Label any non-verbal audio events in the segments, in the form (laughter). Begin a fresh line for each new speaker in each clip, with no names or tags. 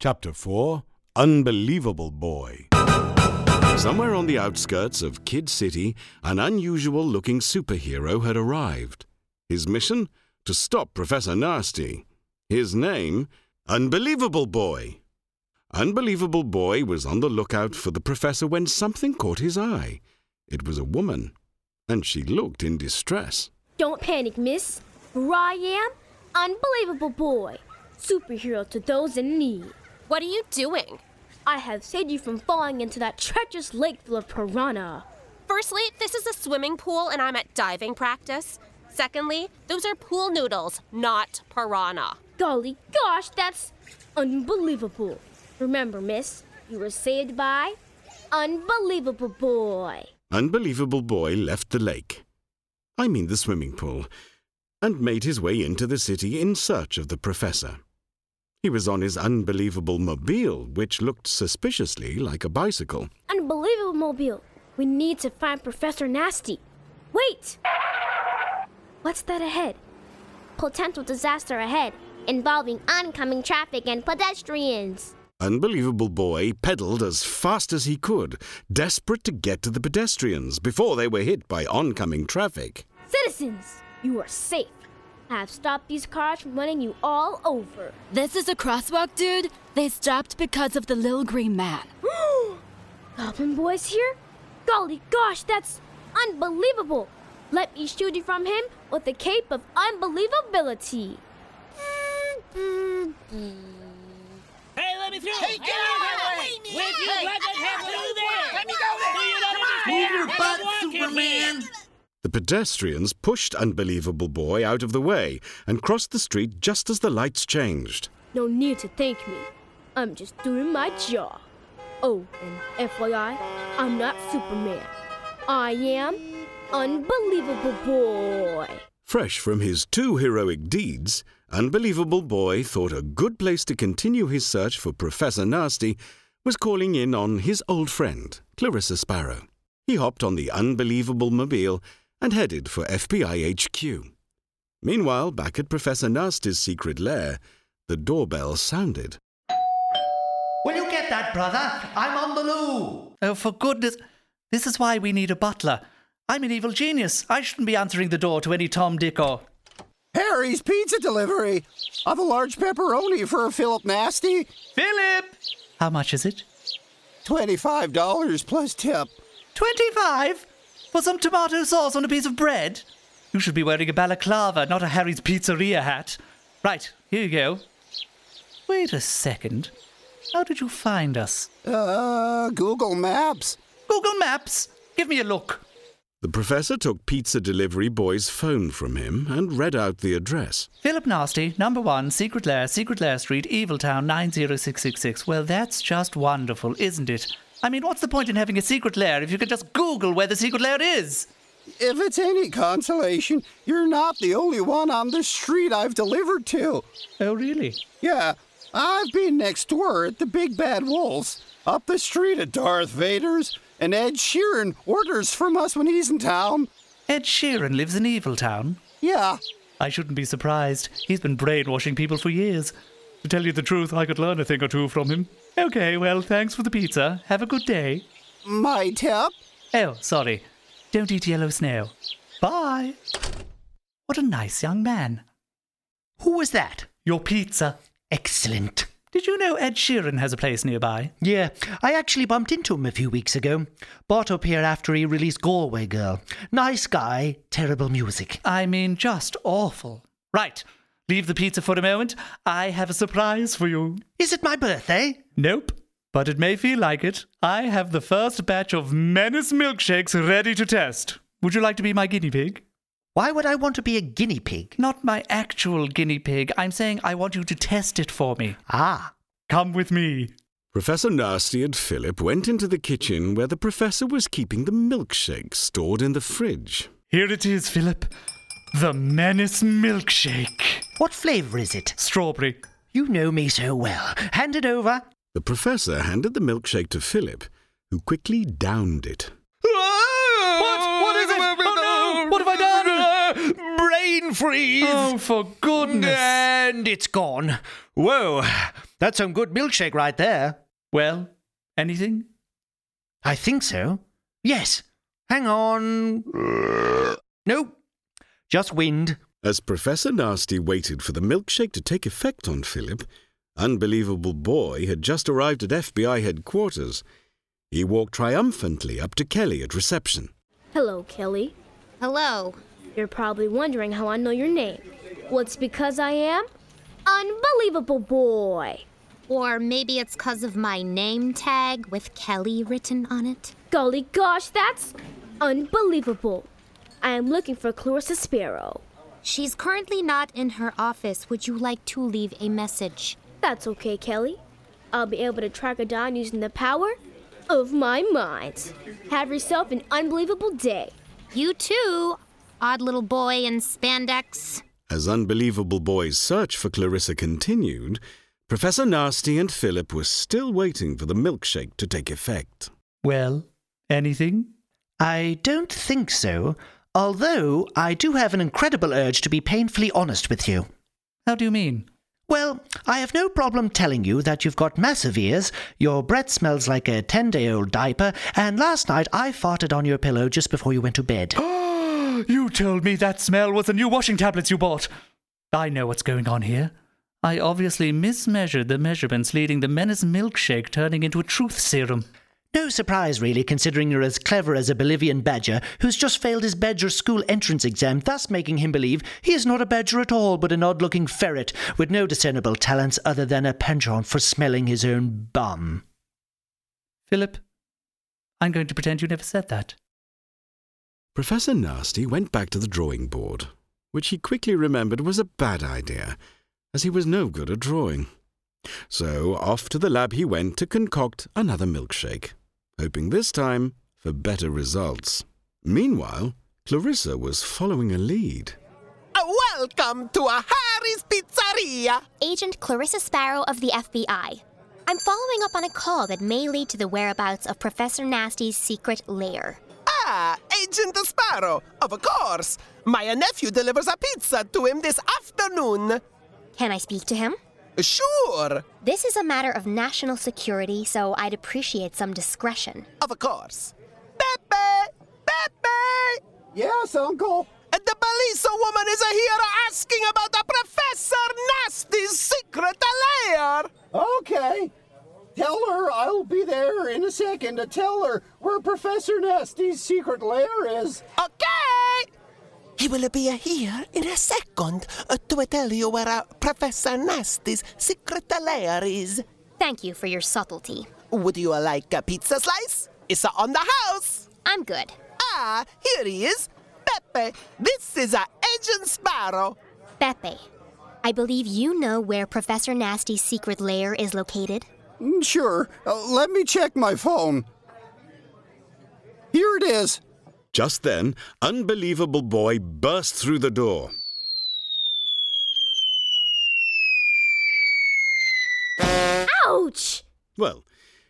Chapter 4 Unbelievable Boy. Somewhere on the outskirts of Kid City, an unusual looking superhero had arrived. His mission? To stop Professor Nasty. His name? Unbelievable Boy. Unbelievable Boy was on the lookout for the professor when something caught his eye. It was a woman, and she looked in distress.
Don't panic, miss. Here I am, unbelievable boy, superhero to those in need.
What are you doing?
I have saved you from falling into that treacherous lake full of piranha.
Firstly, this is a swimming pool and I'm at diving practice. Secondly, those are pool noodles, not piranha.
Golly gosh, that's unbelievable. Remember, miss, you were saved by unbelievable boy.
Unbelievable Boy left the lake. I mean the swimming pool, and made his way into the city in search of the professor. He was on his unbelievable mobile, which looked suspiciously like a bicycle.
Unbelievable mobile. We need to find Professor Nasty. Wait! What's that ahead? Potential disaster ahead involving oncoming traffic and pedestrians.
Unbelievable Boy pedaled as fast as he could, desperate to get to the pedestrians before they were hit by oncoming traffic.
Citizens, you are safe. I have stopped these cars from running you all over. (gasps)
This is a crosswalk, dude. They stopped because of the little green man.
Goblin Boy's here? Golly gosh, that's unbelievable! Let me shoot you from him with the cape of unbelievability.
Hey, let me through. Hey,
get out of my way.
If you
Hey,
let that happen through there.
Let me go there.
Do you not
Move
understand?
your
I'm
butt,
walking here.
Superman.
The pedestrians pushed Unbelievable Boy out of the way and crossed the street just as the lights changed.
No need to thank me. I'm just doing my job. Oh, and FYI, I'm not Superman. I am Unbelievable Boy.
Fresh from his two heroic deeds, Unbelievable Boy thought a good place to continue his search for Professor Nasty was calling in on his old friend, Clarissa Sparrow. He hopped on the Unbelievable Mobile and headed for FBI HQ. Meanwhile, back at Professor Nasty's secret lair, the doorbell sounded.
Will you get that, brother? I'm on the loo.
Oh, for goodness. This is why we need a butler. I'm an evil genius. I shouldn't be answering the door to any Tom, Dick, or.
Harry's Pizza Delivery. I've a large pepperoni for a Philip Nasty.
Philip! How much is it?
$25 plus tip.
25? For some tomato sauce on a piece of bread? You should be wearing a balaclava, not a Harry's Pizzeria hat. Right, here you go. Wait a second. How did you find us?
Uh, Google Maps.
Google Maps? Give me a look.
The professor took Pizza Delivery Boy's phone from him and read out the address.
Philip Nasty, number one, Secret Lair, Secret Lair Street, Evil Town, 90666. Well, that's just wonderful, isn't it? I mean, what's the point in having a secret lair if you can just Google where the secret lair is?
If it's any consolation, you're not the only one on the street I've delivered to.
Oh, really?
Yeah, I've been next door at the Big Bad Wolves, up the street at Darth Vader's, and Ed Sheeran orders from us when he's in town.
Ed Sheeran lives in Evil Town.
Yeah,
I shouldn't be surprised. He's been brainwashing people for years. To tell you the truth, I could learn a thing or two from him. Okay, well, thanks for the pizza. Have a good day.
my tip.
Oh, sorry. Don't eat yellow snail. Bye. What a nice young man.
Who was that?
Your pizza.
Excellent.
Did you know Ed Sheeran has a place nearby?
Yeah, I actually bumped into him a few weeks ago. Bought up here after he released Galway Girl. Nice guy, terrible music.
I mean, just awful. Right, leave the pizza for a moment. I have a surprise for you.
Is it my birthday?
Nope, but it may feel like it. I have the first batch of menace milkshakes ready to test. Would you like to be my guinea pig?
Why would I want to be a guinea pig?
Not my actual guinea pig. I'm saying I want you to test it for me.
Ah,
Come with me.
Professor Nasty and Philip went into the kitchen where the professor was keeping the milkshake stored in the fridge.
Here it is, Philip. The menace milkshake.
what flavour is it?
Strawberry.
You know me so well. Hand it over.
The professor handed the milkshake to Philip, who quickly downed it.
What? What is it? Oh no! What have I done?
Brain
Oh, brain freeze.
Oh, for goodness.
And it's gone. Whoa, that's some good milkshake right there.
Well, anything?
I think so. Yes. Hang on. Nope. Just wind.
As Professor Nasty waited for the milkshake to take effect on Philip, Unbelievable Boy had just arrived at FBI headquarters. He walked triumphantly up to Kelly at reception.
Hello, Kelly.
Hello.
You're probably wondering how I know your name. Well, it's because I am Unbelievable Boy.
Or maybe it's because of my name tag with Kelly written on it.
Golly gosh, that's unbelievable. I am looking for Clarissa Sparrow.
She's currently not in her office. Would you like to leave a message?
That's okay, Kelly. I'll be able to track her down using the power of my mind. Have yourself an unbelievable day.
You too, odd little boy in spandex.
As Unbelievable Boy's search for Clarissa continued, Professor Nasty and Philip were still waiting for the milkshake to take effect.
Well, anything?
I don't think so, although I do have an incredible urge to be painfully honest with you.
How do you mean?
Well, I have no problem telling you that you've got massive ears, your breath smells like a 10 day old diaper, and last night I farted on your pillow just before you went to bed.
You told me that smell was the new washing tablets you bought. I know what's going on here. I obviously mismeasured the measurements, leading the menace milkshake turning into a truth serum.
No surprise, really, considering you're as clever as a Bolivian badger who's just failed his badger school entrance exam, thus making him believe he is not a badger at all, but an odd looking ferret with no discernible talents other than a penchant for smelling his own bum.
Philip, I'm going to pretend you never said that.
Professor Nasty went back to the drawing board, which he quickly remembered was a bad idea, as he was no good at drawing. So off to the lab he went to concoct another milkshake, hoping this time for better results. Meanwhile, Clarissa was following a lead.
Welcome to a Harry's Pizzeria.
Agent Clarissa Sparrow of the FBI. I'm following up on a call that may lead to the whereabouts of Professor Nasty's secret lair.
Ah, Agent Sparrow, of course. My nephew delivers a pizza to him this afternoon.
Can I speak to him?
Sure,
This is a matter of national security, so I'd appreciate some discretion.
of course. Pepe, Pepe,
Yes, Uncle.
the police woman is here asking about the Professor Nasty's secret lair.
Okay. Tell her I'll be there in a second to tell her where Professor Nasty's secret lair is.
Okay. He will be here in a second uh, to tell you where uh, Professor Nasty's secret lair is.
Thank you for your subtlety.
Would you like a pizza slice? It's on the house.
I'm good.
Ah, here he is. Pepe, this is a Agent Sparrow.
Beppe, I believe you know where Professor Nasty's secret lair is located.
Mm, Sure. Uh, let me check my phone. Here it is.
Just then, Unbelievable Boy burst through the door.
Ouch!
Well,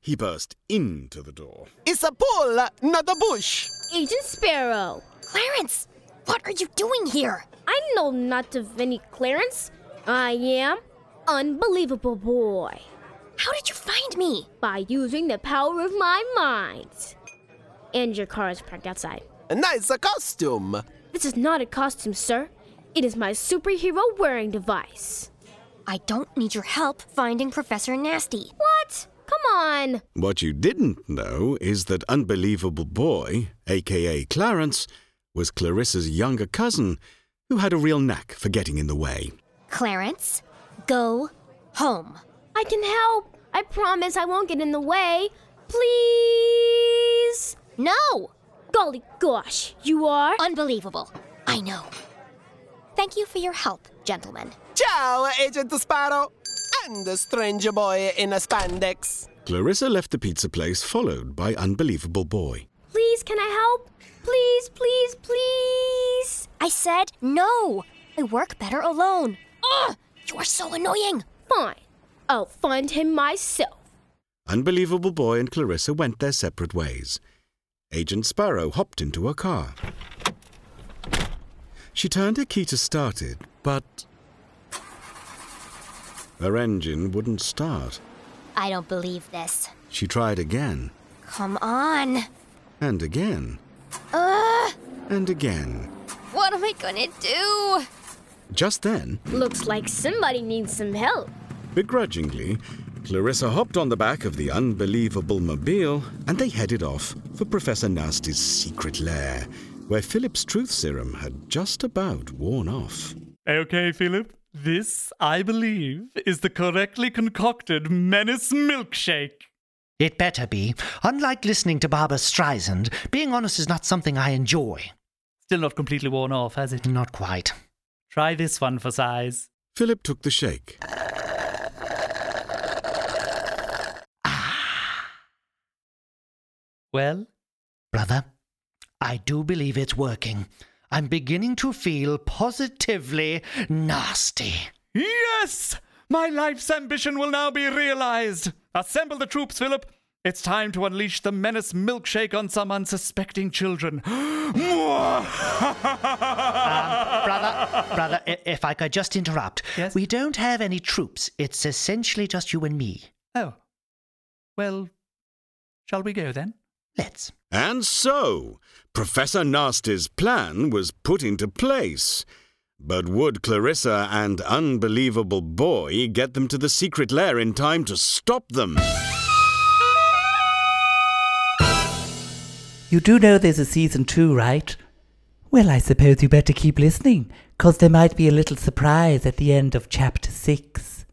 he burst into the door.
It's a bull, not a bush.
Agent Sparrow,
Clarence, what are you doing here?
I know not of any clearance. I am Unbelievable Boy
How did you find me?
by using the power of my mind. And your car is parked outside.
Nice costume.
This is not a costume, sir. It is my superhero wearing device.
I don't need your help finding Professor Nasty.
What? Come on!
What you didn't know is that Unbelievable Boy, aka Clarence, was Clarissa's younger cousin who had a real knack for getting in the way.
Clarence, go home.
I can help. I promise I won't get in the way. Please.
No!
Golly gosh, you are?
Unbelievable. I know. Thank you for your help, gentlemen.
Ciao, Agent Sparrow. And the strange boy in a spandex.
Clarissa left the pizza place followed by Unbelievable Boy.
Please, can I help? Please, please, please.
I said no! I work better alone. Ugh! You are so annoying!
Fine. I'll find him myself.
Unbelievable Boy and Clarissa went their separate ways. Agent Sparrow hopped into her car. She turned her key to start it, but. Her engine wouldn't start.
I don't believe this.
She tried again,
Come on.
and again,
Ugh,
and again.
what am I gonna do?
Just then,
Looks like somebody needs some help.
begrudgingly, Clarissa hopped on the back of the unbelievable mobile and they headed off for Professor Nasty's secret lair, where Philip's truth serum had just about worn off.
Okay, Philip. This, I believe, is the correctly concocted menace milkshake.
It better be. Unlike listening to Barbara Streisand, being honest is not something I enjoy.
Still not completely worn off, has it?
Not quite.
Try this one for size.
Philip took the shake.
Well,
Brother, I do believe it's working. I'm beginning to feel positively nasty.
Yes! My life's ambition will now be realized! Assemble the troops, Philip! It's time to unleash the menace milkshake on some unsuspecting children. (gasps)
Um, Brother, brother, i- if I could just interrupt. Yes? We don't have any troops. It's essentially just you and me.
Oh. Well, shall we go then?
Let's.
And so, Professor Nasty's plan was put into place. But would Clarissa and Unbelievable Boy get them to the secret lair in time to stop them?
You do know there's a season two, right? Well, I suppose you better keep listening, 'cause there might be a little surprise at the end of chapter six.